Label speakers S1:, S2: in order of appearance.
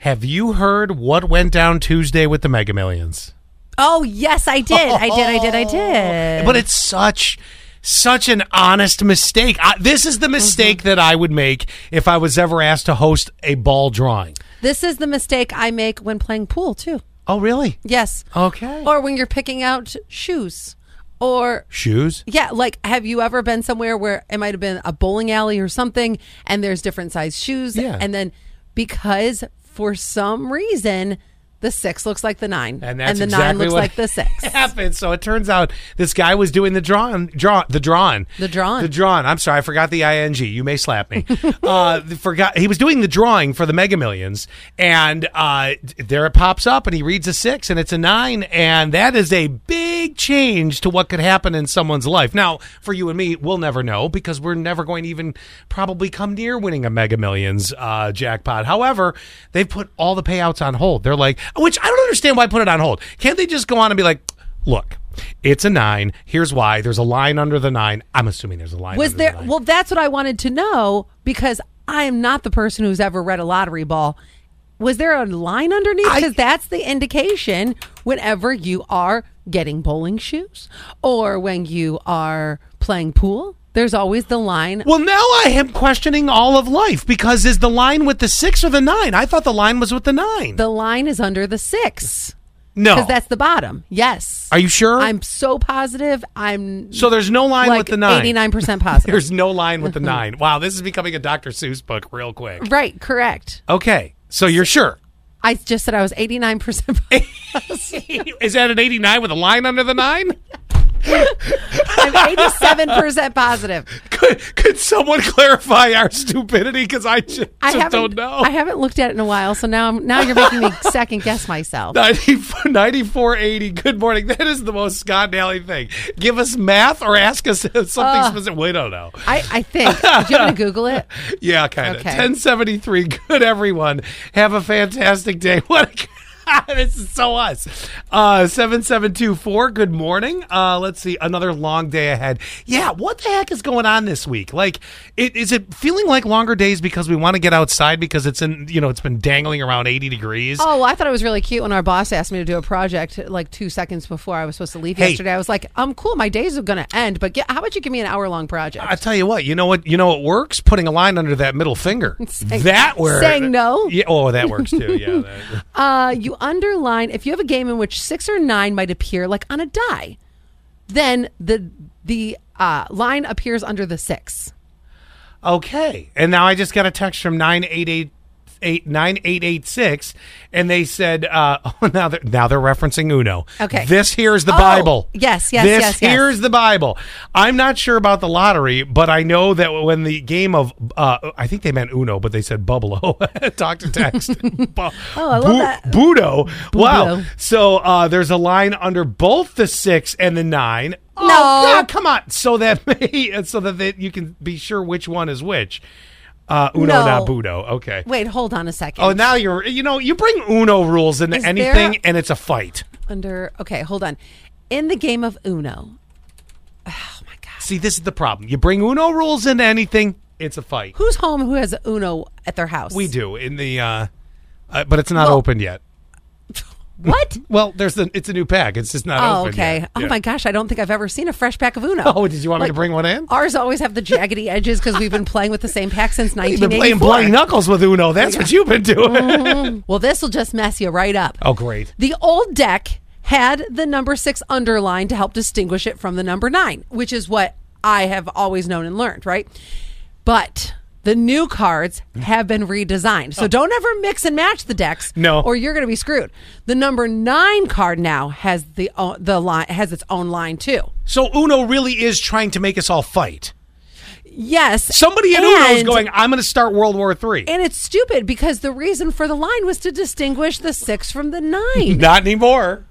S1: Have you heard what went down Tuesday with the Mega Millions?
S2: Oh yes, I did. I did. I did. I did.
S1: Oh. But it's such such an honest mistake. I, this
S2: Mm-hmm.
S1: is the mistake that I would make if I was ever asked to host a ball drawing.
S2: this is the mistake I make when playing pool too.
S1: Oh, really?
S2: Yes.
S1: Okay.
S2: Or when you're picking out shoes. Or
S1: Shoes?
S2: yeah, like have you ever been somewhere where it might have been a bowling alley or something and there's different size shoes
S1: Yeah.
S2: and then because for some reason the 6 looks like the 9
S1: And that's
S2: the
S1: exactly
S2: 9 looks
S1: what
S2: like the 6.
S1: happened. So it turns out this guy was doing the drawn, draw, the drawn,
S2: The drawn.
S1: the drawn. I'm sorry, I forgot the ing. You may slap me. uh, forgot he was doing the drawing for the Mega Millions, and uh, there it pops up, and he reads a six, and it's a nine, and that is a big change to what could happen in someone's life. Now, for you and me, we'll never know because we're never going to even probably come near winning a Mega Millions uh, jackpot. However, they've put all the payouts on hold. They're like, which I don't understand why put it on hold. Can't they just go on and be like? look, it's a nine. Here's why. There's a line under the nine. I'm assuming there's a line.
S2: Was
S1: under
S2: there?
S1: The nine.
S2: Well, that's what I wanted to know because I am not the person who's ever read a lottery ball. Was there a line underneath?
S1: I-
S2: Because that's the indication whenever you are getting bowling shoes or when you are playing pool. There's always the line.
S1: Well, now I am questioning all of life because is the line with the six or the nine? I thought the line was with the nine.
S2: the line is under the six
S1: no,
S2: because that's the bottom. Yes.
S1: Are you sure?
S2: I'm so positive. I'm
S1: so there's no line
S2: like
S1: with the nine.
S2: 89% positive.
S1: There's no line with the nine. Wow, this is becoming a Dr. Seuss book real quick.
S2: right. Correct.
S1: Okay, so you're sure.
S2: I just said I was 89%
S1: is that an 89 with a line under the nine?
S2: I'm eighty-seven percent positive.
S1: could, could someone clarify our stupidity? Because I ju- just,
S2: I haven't.
S1: don't know.
S2: I haven't looked at it in a while, so now I'm now you're making me second guess myself.
S1: 94 9480. Good morning. That is the most Scott Daly thing. Give us math or ask us something specific. We don't know.
S2: Uh, I, I think. Do you want to Google it?
S1: Yeah, kind of.
S2: Okay.
S1: 1073. Good, everyone. Have a fantastic day. What a. this is so us. Uh, 7724. Good morning. Uh, let's see. Another long day ahead. Yeah, what the heck is going on this week? Like, it, is it feeling like longer days because we want to get outside because it's in, you know, it's been dangling around 80 degrees?
S2: Oh, well, I thought it was really cute when our boss asked me to do a project like two seconds before I was supposed to leave
S1: Hey.
S2: yesterday. I was like, "I'm cool. My days are going to end, but get, how about you give me an hour long project?"
S1: I tell you what, you know what, you know what works? Putting a line under that middle finger.
S2: Saying-
S1: that works.
S2: saying no?
S1: Yeah. Oh, that works too. Yeah. that-
S2: Uh, you underline if you have a game in which six or nine might appear like on a die, then the the uh, line appears under the six.
S1: okay. And now I just got a text from nine eight eight eight nine eight eight six, and they said, uh, "Oh, now they're now they're referencing Uno."
S2: Okay.
S1: This here is the
S2: Oh,
S1: Bible.
S2: yes, yes,
S1: This
S2: yes, yes.
S1: here is the Bible. I'm not sure about the lottery, but I know that when the game of uh, I think they meant Uno, but they said Bubble. Talk to text. oh,
S2: I love that.
S1: Budo. Wow.
S2: Budo.
S1: So uh, there's a line under both the six and the nine. Oh,
S2: No.
S1: God, come on. So that may, so that they, you can be sure which one is which. Uh, Uno,
S2: No.
S1: not Budo. Okay.
S2: Wait, hold on a second.
S1: Oh, now you're, you know, you bring Uno rules into
S2: Is
S1: anything
S2: there-
S1: and it's a fight.
S2: under okay hold on in the game of uno
S1: See, this is the problem. You bring Uno rules into anything, it's a fight.
S2: who's home who has uno at their house
S1: We do in the, uh, uh, but it's not
S2: Well-
S1: open yet.
S2: what
S1: Well, there's the, it's a new pack. It's just not
S2: oh
S1: open.
S2: okay
S1: yet.
S2: oh
S1: Yeah.
S2: my gosh i don't think i've ever seen a fresh pack of uno
S1: Oh, did you want me to bring one in?
S2: ours always have the jaggedy edges because we've been playing with the same pack since
S1: You've been playing
S2: 1984
S1: bloody knuckles with Uno. That's what you've been doing.
S2: Mm-hmm. well this will just mess you right up
S1: Oh, great.
S2: the old deck had the number six underlined to help distinguish it from the number nine which is what i have always known and learned right but the new cards have been redesigned. So don't ever mix and match the decks.
S1: Oh. No.
S2: Or you're going to be screwed. The number nine card now has the o- the line has its own line too.
S1: So Uno really is trying to make us all fight.
S2: Yes,
S1: Somebody at Uno is
S2: and-
S1: going, I'm going to start World War Three.
S2: and it's stupid because the reason for the line was to distinguish the six from the nine.
S1: Not anymore.